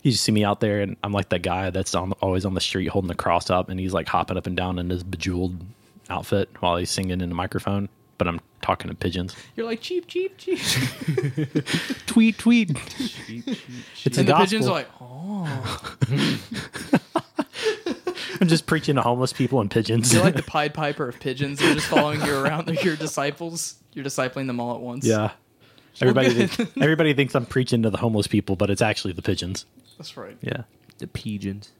S2: you just see me out there and i'm like that guy that's on, always on the street holding the cross up and he's like hopping up and down in his bejeweled outfit while he's singing in the microphone but i'm talking to pigeons
S3: You're like cheep cheep cheep.
S2: tweet tweet it's a
S3: and the pigeons
S2: gospel
S3: are like, oh,
S2: i'm just preaching to homeless people and pigeons
S3: you're like the Pied Piper of pigeons. They're just following you around. They're your disciples. You're discipling them all at once.
S2: yeah everybody
S3: good.
S2: thinks, everybody thinks i'm preaching to the homeless people but it's actually the pigeons
S3: that's right.
S2: yeah
S1: The pigeons.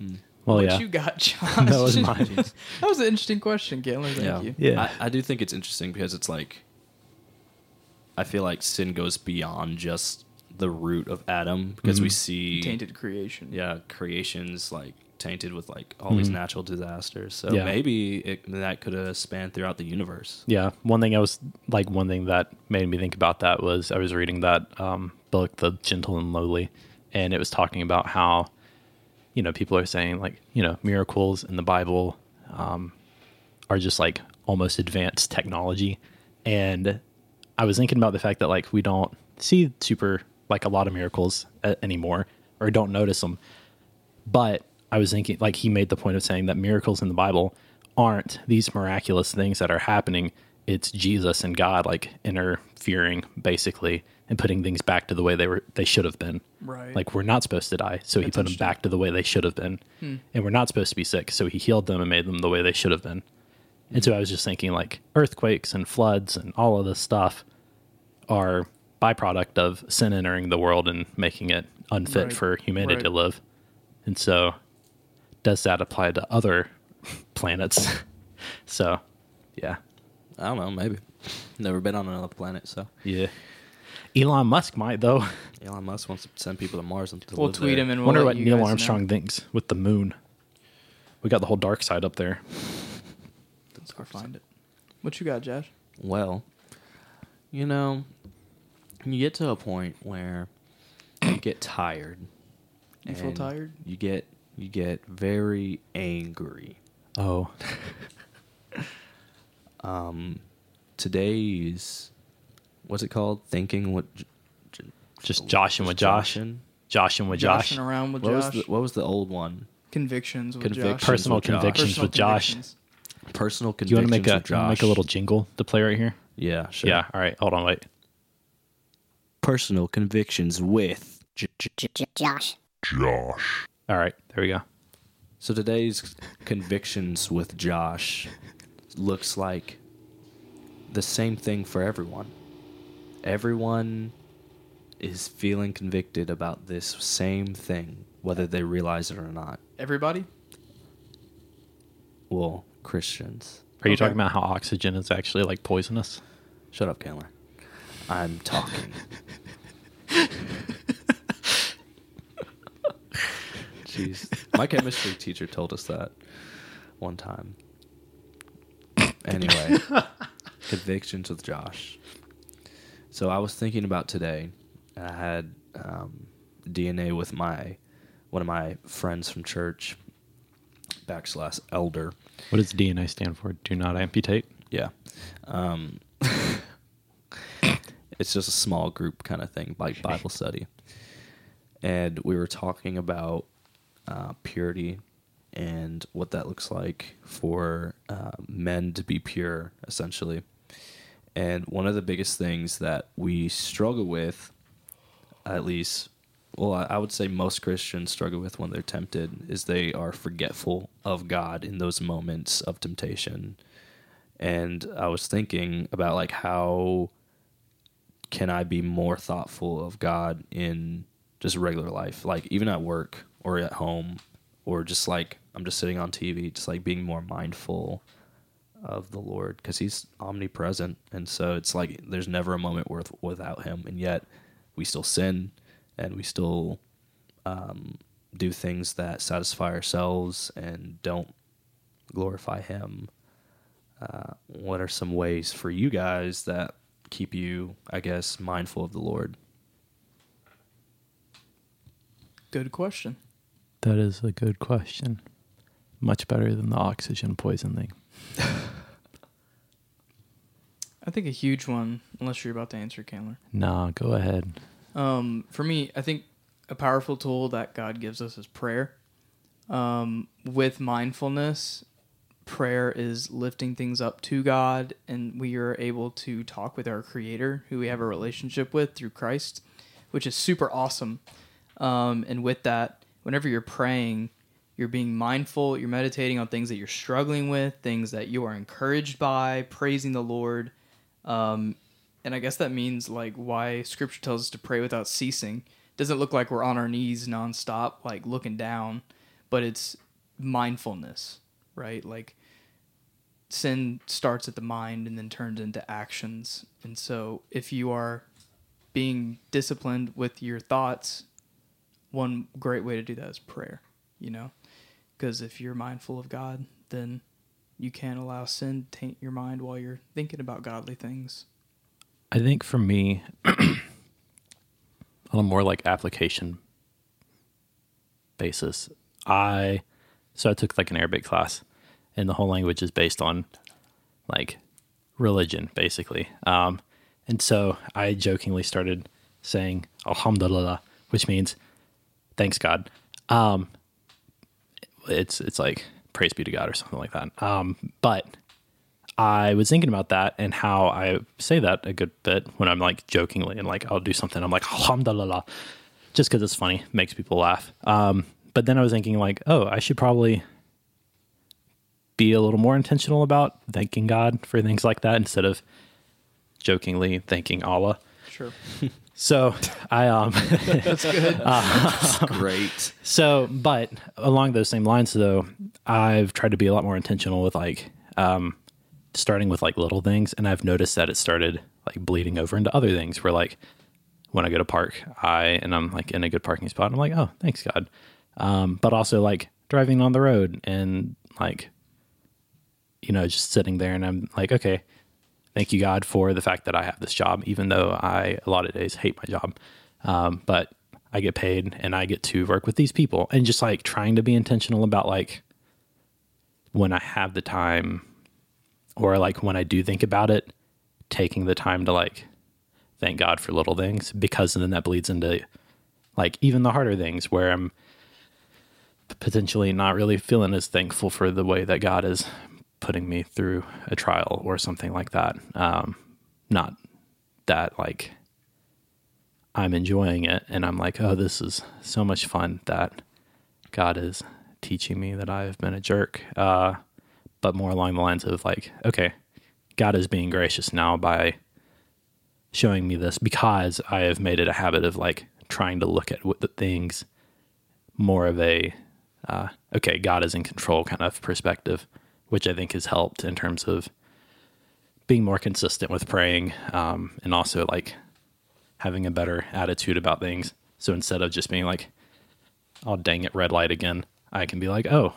S2: well
S3: What
S2: yeah
S3: you got, Josh?
S2: that was mine
S3: That was an interesting question, Candler. Thank you.
S2: Yeah.
S1: I, I do think it's interesting because it's like I feel like sin goes beyond just the root of Adam because
S3: Mm-hmm.
S1: we see
S3: Tainted creation.
S1: yeah creations like tainted with like all
S3: Mm-hmm.
S1: these natural disasters. So
S2: Yeah.
S1: maybe it, that could have spanned throughout the universe.
S2: Yeah, one thing I was like, one thing that made me think about that was I was reading that um, book, The Gentle and Lowly, and it was talking about how, you know, people are saying like, you know, miracles in the Bible um, are just like almost advanced technology, and I was thinking about the fact that like we don't see super like a lot of miracles uh, anymore or don't notice them, but I was thinking, like, he made the point of saying that miracles in the Bible aren't these miraculous things that are happening. It's Jesus and God, like, interfering basically and putting things back to the way they were, they should have been.
S3: Right.
S2: Like, we're not supposed to die. So he
S3: That's
S2: put them
S3: interesting. Hmm.
S2: back to the way they should have been. And we're not supposed to be sick. So he healed them and made them the way they should have been. And so I was just thinking like earthquakes and floods and all of this stuff are byproduct of sin entering the world and making it unfit
S3: Right.
S2: for humanity
S3: Right.
S2: to live. And so does that apply to other planets? so yeah.
S1: I don't know, maybe. Never been on another planet, so
S2: Yeah. Elon Musk might though.
S1: Elon Musk wants to send people to Mars and to
S3: We'll
S1: live
S3: tweet
S1: there.
S3: him and we'll
S2: Wonder
S3: let
S2: what
S3: you
S2: Neil
S3: guys know.
S2: Armstrong thinks with the moon. We got the whole dark side up there.
S3: Let's go find it. What you got, Josh?
S1: Well, you know, you get to a point where you get tired.
S3: You feel
S1: and
S3: tired?
S1: You get you get very angry.
S2: Oh.
S1: Um, today's what's it called? Thinking what? J- j-
S2: Just joshing with Josh.
S1: Joshin?
S2: Joshing with Josh.
S3: Joshing around with
S1: What was
S3: Josh.
S1: the what was the old one?
S3: Convictions with
S1: Conviction.
S3: Josh.
S2: Personal
S1: with Josh.
S2: convictions
S3: Personal
S2: with Josh.
S3: convictions.
S1: Personal
S2: Do you want to make a
S1: convictions with Josh.
S2: make a little jingle to play right here?
S1: yeah sure
S2: Yeah. All right. Hold on. Wait.
S1: personal convictions with. J- J-
S4: J- J- Josh.
S2: All right. There we go.
S1: So today's convictions with Josh looks like the same thing for everyone. Everyone is feeling convicted about this same thing, whether they realize it or not.
S3: Everybody?
S1: Well, Christians.
S2: Are you
S3: Okay.
S2: talking about how oxygen is actually like poisonous?
S1: Shut up, Candler. I'm talking. Jeez. My chemistry teacher told us that one time. Anyway, convictions with Josh. So I was thinking about today, and I had um, DNA with my one of my friends from church, backslash elder.
S2: What does DNA stand for? Do not amputate.
S1: Yeah. Um, it's just a small group kind of thing, like Bible study. And we were talking about uh, purity and what that looks like for uh, men to be pure, essentially. And one of the biggest things that we struggle with, at least, well, I I would say most Christians struggle with when they're tempted, is they are forgetful of God in those moments of temptation and I was thinking about like how can I be more thoughtful of God in just regular life, like even at work or at home, or just like I'm just sitting on TV, just like being more mindful of the Lord because He's omnipresent, and so it's like there's never a moment worth without Him, and yet we still sin and we still um, do things that satisfy ourselves and don't glorify Him uh, what are some ways for you guys that keep you, I guess, mindful of the Lord?
S3: Good question.
S2: That is a good question. Much better than the oxygen poison thing.
S3: I think a huge one, unless you're about to answer, Candler.
S2: Nah. Go ahead.
S3: Um, for me, I think a powerful tool that God gives us is prayer. Um, with mindfulness, prayer is lifting things up to God, and we are able to talk with our Creator, who we have a relationship with through Christ, which is super awesome. Um, and with that, whenever you're praying, you're being mindful, you're meditating on things that you're struggling with, things that you are encouraged by, praising the Lord. Um, and I guess that means like why scripture tells us to pray without ceasing. Doesn't look like we're on our knees nonstop, like looking down, but it's mindfulness, right? Like sin starts at the mind and then turns into actions. And so if you are being disciplined with your thoughts, one great way to do that is prayer, you know? Because if you're mindful of God, then you can't allow sin to taint your mind while you're thinking about godly things.
S2: I think for me, on a more like application basis, I so I took like an Arabic class, and the whole language is based on like religion, basically. Um, and so I jokingly started saying Alhamdulillah, which means thanks God. Um, it's it's like praise be to God or something like that. Um, but I was thinking about that and how I say that a good bit when I'm like jokingly and like I'll do something. I'm like alhamdulillah, just because it's funny, makes people laugh. Um, but then I was thinking like, oh, I should probably be a little more intentional about thanking God for things like that instead of jokingly thanking Allah.
S3: Sure.
S2: So I um
S3: That's good.
S1: Great.
S2: so but along those same lines though, I've tried to be a lot more intentional with like um starting with like little things and I've noticed that it started like bleeding over into other things where like when I go to park, I and I'm like in a good parking spot, I'm like, oh, thanks God. Um, but also like driving on the road and like you know, just sitting there and I'm like, okay, thank you God for the fact that I have this job, even though I a lot of days hate my job. Um, but I get paid and I get to work with these people and just like trying to be intentional about like when I have the time or like when I do think about it, taking the time to like thank God for little things because then that bleeds into like even the harder things where I'm potentially not really feeling as thankful for the way that God is putting me through a trial or something like that. Um, not that like I'm enjoying it and I'm like, oh, this is so much fun that God is teaching me that I have been a jerk. Uh, but more along the lines of like, okay, God is being gracious now by showing me this because I have made it a habit of like trying to look at what the things more of a uh, okay, God is in control kind of perspective, which I think has helped in terms of being more consistent with praying um, and also like having a better attitude about things. So instead of just being like, oh, dang it, red light again, I can be like, oh,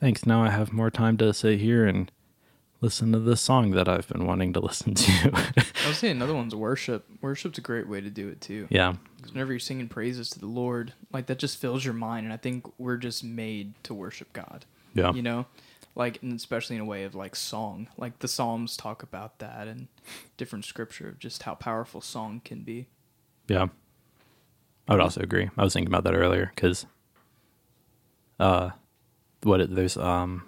S2: thanks. Now I have more time to sit here and listen to this song that I've been wanting to listen to.
S3: I would say another one's worship. Worship's a great way to do it too.
S2: yeah.
S3: 'Cause whenever you're singing praises to the Lord, like that just fills your mind. And I think we're just made to worship God.
S2: Yeah.
S3: You know, like, and especially in a way of like song. Like the Psalms talk about that and different scripture of just how powerful song can be.
S2: Yeah. I would also agree. I was thinking about that earlier because, uh, what it, there's um,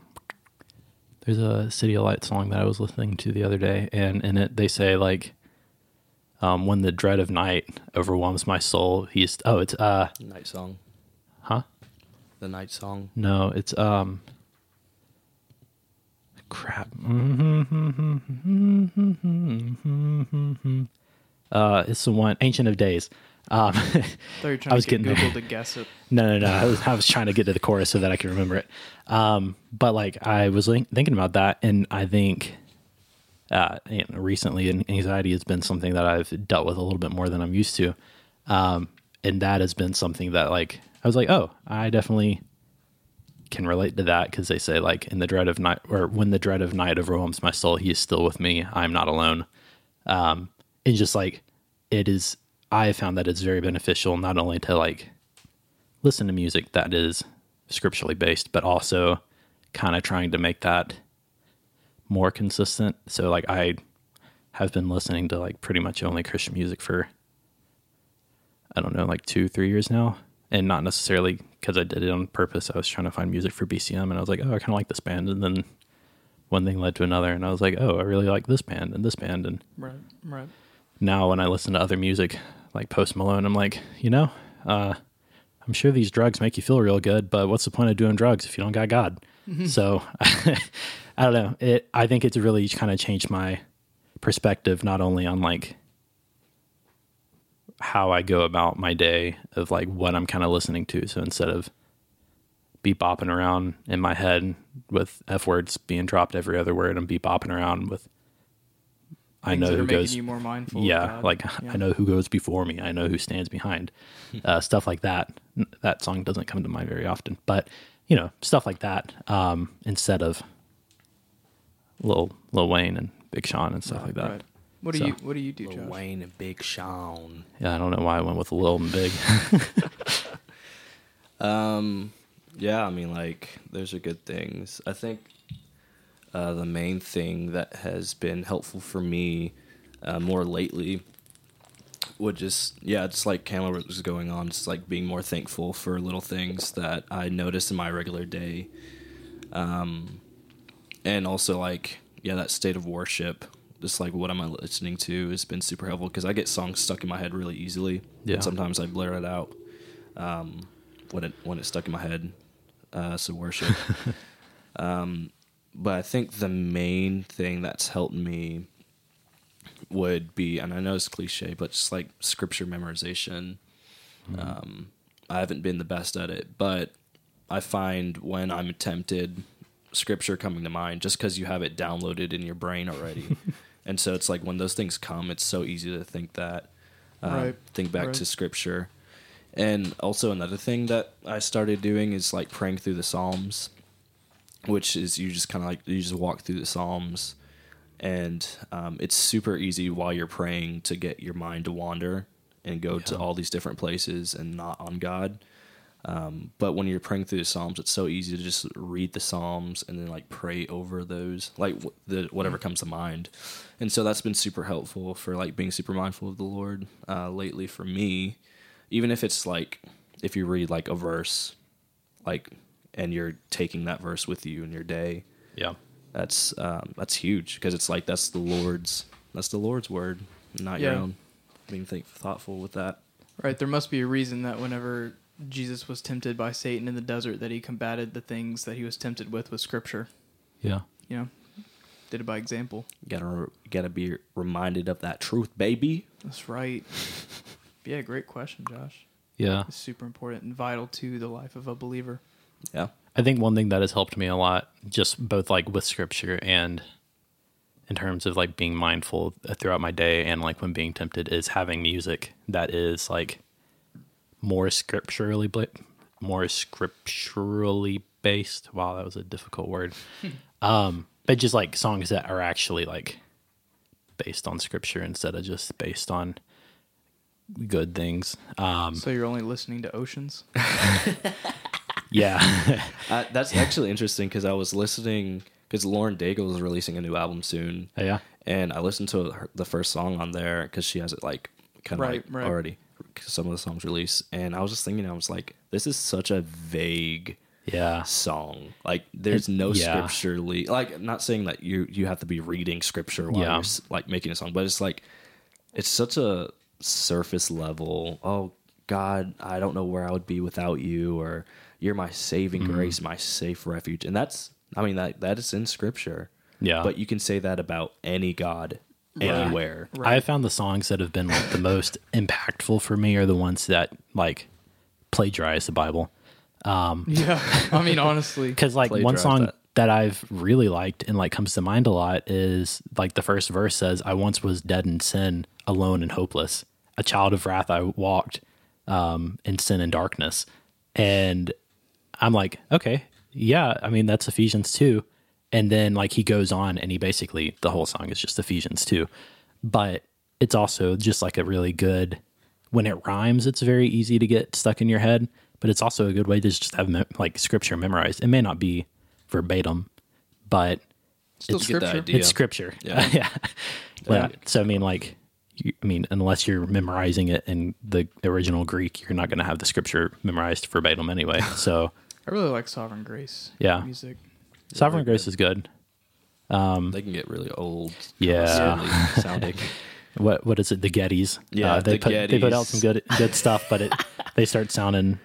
S2: there's a City of Light song that I was listening to the other day, and in it they say like, um, when the dread of night overwhelms my soul, he's oh it's uh
S1: Night song.
S2: huh
S1: The night song.
S2: no it's um crap uh it's the one Ancient of Days um.
S3: I thought you were trying
S2: I was
S3: to get
S2: getting there.
S3: Google to guess it.
S2: No, no, no. I was, I was trying to get to the chorus so that I can remember it. Um, but like I was link- thinking about that, and I think uh, you know, recently an- anxiety has been something that I've dealt with a little bit more than I'm used to, um, and that has been something that like I was like, oh, I definitely can relate to that because they say like in the dread of night or when the dread of night overwhelms my soul, he is still with me. I'm not alone um, and just like it is i have found that it's very beneficial not only to like listen to music that is scripturally based but also kind of trying to make that more consistent so like i have been listening to like pretty much only christian music for i don't know like two three years now and not necessarily because i did it on purpose i was trying to find music for bcm and i was like oh i kind of like this band and then one thing led to another and i was like oh i really like this band and this band and
S3: Right, right.
S2: now when I listen to other music like Post Malone, I'm like, you know, uh, I'm sure these drugs make you feel real good, but what's the point of doing drugs if you don't got God?
S3: Mm-hmm.
S2: So I don't know. It I think it's really kind of changed my perspective not only on like how I go about my day of like what I'm kind of listening to. So instead of be bopping around in my head with F words being dropped every other word, I'm be bopping around with I
S3: Things
S2: know
S3: that are
S2: who
S3: making
S2: goes
S3: you more mindful.
S2: yeah
S3: of God.
S2: like
S3: Yeah. Hmm.
S2: i know who goes before me i know who stands behind uh, stuff like that N- that song doesn't come to mind very often but you know stuff like that um, instead of lil lil wayne and big sean and stuff like that
S3: Right. What do
S2: So-
S3: you What do you do, Josh?
S1: Wayne and Big Sean.
S2: yeah i don't know why i went with lil and big
S1: Um, yeah, I mean, like, those are good things. I think uh, the main thing that has been helpful for me uh, more lately would just, yeah, just like Cam was going on, just like being more thankful for little things that I notice in my regular day. Um, and also, like, yeah, that state of worship, just like what am I listening to, has been super helpful because I get songs stuck in my head really easily.
S2: Yeah.
S1: And sometimes I blur it out um, when it when it stuck in my head. Uh, so worship. but I think the main thing that's helped me would be, and I know it's cliche, but just like scripture memorization. Um, I haven't been the best at it, but I find when I'm tempted, scripture coming to mind just because you have it downloaded in your brain already. and so it's like when those things come, it's so easy to think that, um,
S3: Right,
S1: think back
S3: right.
S1: to scripture. And also another thing that I started doing is like praying through the Psalms which is you just kind of like you just walk through the psalms and um, it's super easy while you're praying to get your mind to wander and go to all these different places and not on god um, but when you're praying through the psalms it's so easy to just read the psalms and then like pray over those like wh- the whatever comes to mind and so that's been super helpful for like being super mindful of the lord uh, lately for me even if it's like if you read like a verse like and you're taking that verse with you in your day
S2: Yeah.
S1: that's um, that's huge because it's like that's the lord's that's the lord's word not your
S3: Yeah.
S1: own being think, thoughtful with that
S3: Right, there must be a reason that whenever Jesus was tempted by Satan in the desert that he combated the things that he was tempted with with scripture,
S2: Yeah.
S3: you know. Did it by example.
S1: you gotta re- gotta be reminded of that truth baby
S3: That's right. yeah, great question, Josh.
S2: Yeah.
S3: It's super important and vital to the life of a believer.
S1: yeah
S2: I think one thing that has helped me a lot, just both like with scripture and in terms of like being mindful throughout my day and like when being tempted, is having music that is like more scripturally, bla- more scripturally based. Wow, that was a difficult word. um, but just like songs that are actually like based on scripture instead of just based on good things. Um,
S3: So you're only listening to oceans?
S2: yeah.
S1: I, Uh, that's actually interesting because i was listening because lauren daigle is releasing a new album soon
S2: Oh, yeah.
S1: and I listened to her, the first song on there because she has it like kind of
S3: Right,
S1: like
S3: right.
S1: already some of the songs released, and I was just thinking, I was like, this is such a vague
S2: Yeah.
S1: song. Like, there's no
S2: yeah.
S1: scripturally like. I'm not saying that you you have to be reading scripture while
S2: Yeah.
S1: you're s- like making a song, but it's like it's such a surface level. Oh God, I don't know where I would be without you, or you're my saving
S2: Mm-hmm.
S1: grace, my safe refuge, and that's. I mean that that is in scripture.
S2: Yeah.
S1: But you can say that about any God anywhere.
S2: I have found the songs that have been like the most impactful for me are the ones that like plagiarize the Bible.
S3: yeah. I mean honestly.
S2: Because like one
S1: Plagiarize
S2: song
S1: that.
S2: that. I've really liked and like comes to mind a lot is like the first verse says, "I once was dead in sin, alone and hopeless, a child of wrath. I walked um, in sin and darkness." And I'm like, okay, yeah. I mean, that's Ephesians two, and then like he goes on and he basically the whole song is just Ephesians two, but it's also just like a really good when it rhymes. It's very easy to get stuck in your head, but it's also a good way to just have me- like scripture memorized. It may not be verbatim, but
S3: Still
S1: You get the
S3: scripture.
S1: idea.
S2: it's scripture.
S1: Yeah.
S2: yeah. Well, so I mean, like, you, I mean, unless you're memorizing it in the original Greek, you're not going to have the scripture memorized verbatim anyway. So,
S3: I really like Sovereign Grace.
S2: Yeah.
S3: Music.
S2: Sovereign Grace is good.
S1: They can get really old.
S2: Yeah.
S1: silly Sounding.
S2: What what is it? The Gettys. Uh,
S1: Yeah,
S2: they
S1: the
S2: put they put out
S1: Gettys.
S2: some good good stuff, but it they start sounding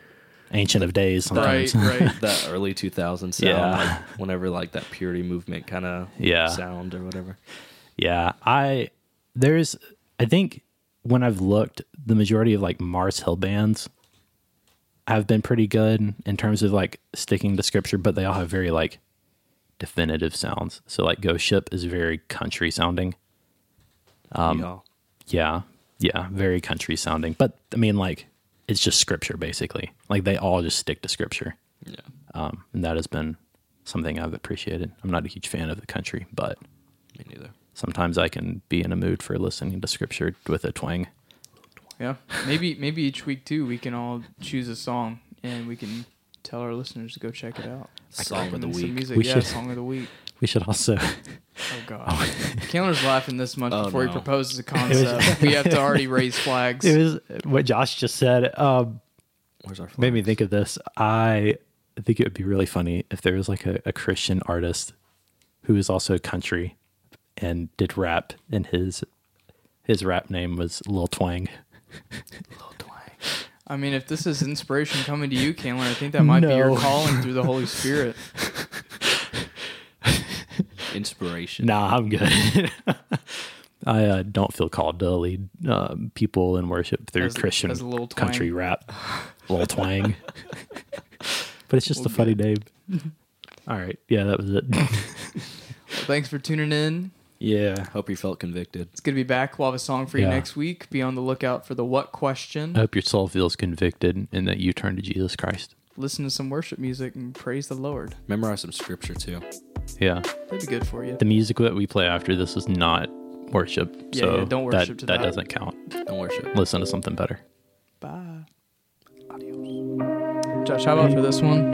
S2: ancient of days
S3: Right,
S2: sometimes.
S3: right.
S1: that early 2000s sound.
S2: Yeah.
S1: Like, whenever like that purity movement kind of
S2: Yeah.
S1: sound or whatever.
S2: Yeah, I there's I think when I've looked, the majority of like Mars Hill bands have been pretty good in terms of like sticking to scripture, but they all have very like definitive sounds. So like Ghost Ship is very country sounding. Um,
S1: Yeehaw.
S2: Yeah. Yeah, very country sounding. But I mean like it's just scripture basically. Like they all just stick to scripture.
S1: Yeah.
S2: Um and that has been something I've appreciated. I'm not a huge fan of the country, but
S1: Me neither.
S2: sometimes I can be in a mood for listening to scripture with a twang.
S3: Yeah. Maybe maybe each week too we can all choose a song and we can tell our listeners to go check it out.
S1: Song of the
S3: And some
S1: week.
S3: Music.
S2: We
S3: yeah,
S2: should-
S3: song of the week.
S2: We should also
S3: Oh god. Chandler's laughing this much
S1: Oh,
S3: before
S1: no.
S3: he proposes a concept. we have to already raise flags.
S2: it was what Josh just said um,
S1: Where's our
S2: made me think of this. I think it would be really funny if there was like a, a Christian artist who is also country and did rap, and his his rap name was Lil Twang.
S3: I mean, if this is inspiration coming to you, Candler, I think that might be your
S2: No.
S3: calling through the Holy Spirit.
S1: inspiration.
S2: Nah, I'm good. I uh, don't feel called to lead uh, people in worship through
S3: As-
S2: Christian
S3: as Lil Twang.
S2: country rap, little twang. but it's just a funny name. All right, yeah, that was it.
S3: Well, thanks for tuning in.
S2: yeah,
S1: Hope you felt convicted.
S3: It's going to be back. We'll have a song for you
S2: Yeah. Uh.
S3: next week. Be on the lookout for the what question.
S2: I hope your soul feels convicted and that you turn to Jesus Christ.
S3: Listen to some worship music and praise the Lord.
S1: Memorize some scripture too.
S2: Yeah,
S3: That'd be good for you.
S2: the music that we play after this is not worship,
S3: Yeah,
S2: so
S3: yeah, don't worship
S2: that,
S3: to
S2: that
S3: that.
S2: doesn't count.
S1: Don't worship.
S2: Listen to something better.
S3: Bye. Josh, how about for this one?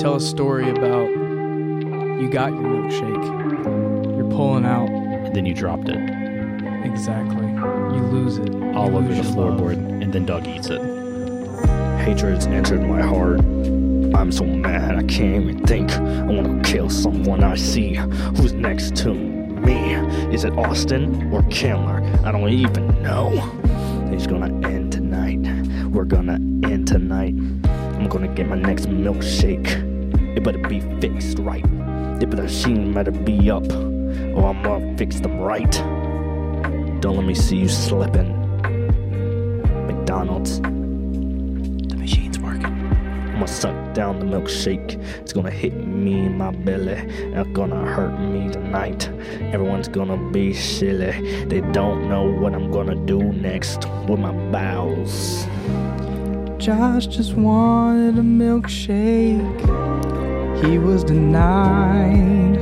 S3: Tell a story about you got your milkshake. You're pulling out.
S2: And then you dropped it
S3: Exactly. You lose it.
S2: all
S3: You
S2: over
S3: lose
S2: the
S3: your love.
S2: floorboard, and then dog eats it.
S4: Hatred's entered my heart. I'm so mad I can't even think. I wanna kill someone I see. Who's next to me? Is it Austin or Chandler? I don't even know. It's gonna end tonight. We're gonna end tonight. I'm gonna get my next milkshake. It better be fixed right. It better seem better be up. Or I'm gonna fix them right. Don't let me see you slipping. McDonald's. The machine's working. I'm gonna suck down the milkshake. It's gonna hit me in my belly. It's gonna hurt me tonight. Everyone's gonna be silly. They don't know what I'm gonna do next with my bowels.
S3: Josh just wanted a milkshake. He was denied.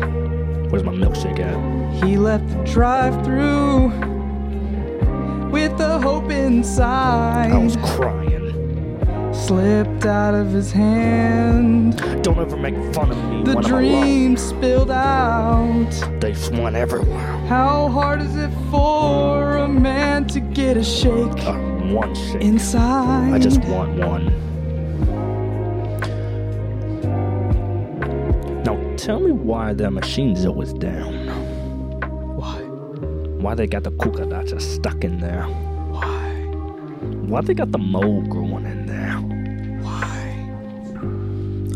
S4: Where's my milkshake at?
S3: He left the drive through with the hope inside.
S4: I was crying.
S3: Slipped out of his hand.
S4: Don't ever make fun of me
S3: The
S4: when
S3: dream spilled out.
S4: I'm alone. They want everywhere.
S3: How hard is it for a man to get a shake
S4: Uh, one shake.
S3: inside?
S4: I just want one. Now tell me why their machine's always down.
S3: Why?
S4: Why they got the cucaracha stuck in there?
S3: Why?
S4: Why they got the mold growing in there?
S3: Why?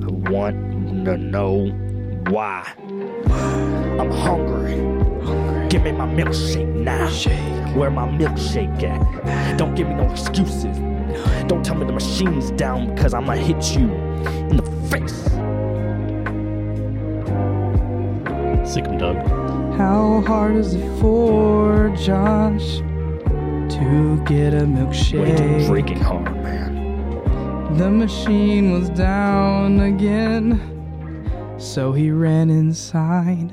S4: I want to know why. I'm hungry. Give me my milkshake now. Where my milkshake at? Don't give me no excuses. Don't tell me the machine's down because I'm going to hit you in the face.
S2: Sick 'em, dog.
S3: How hard is it for Josh to get a
S4: Way too
S3: milkshake?
S4: freaking hard, man.
S3: The machine was down again, so he ran inside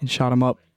S3: and shot him up.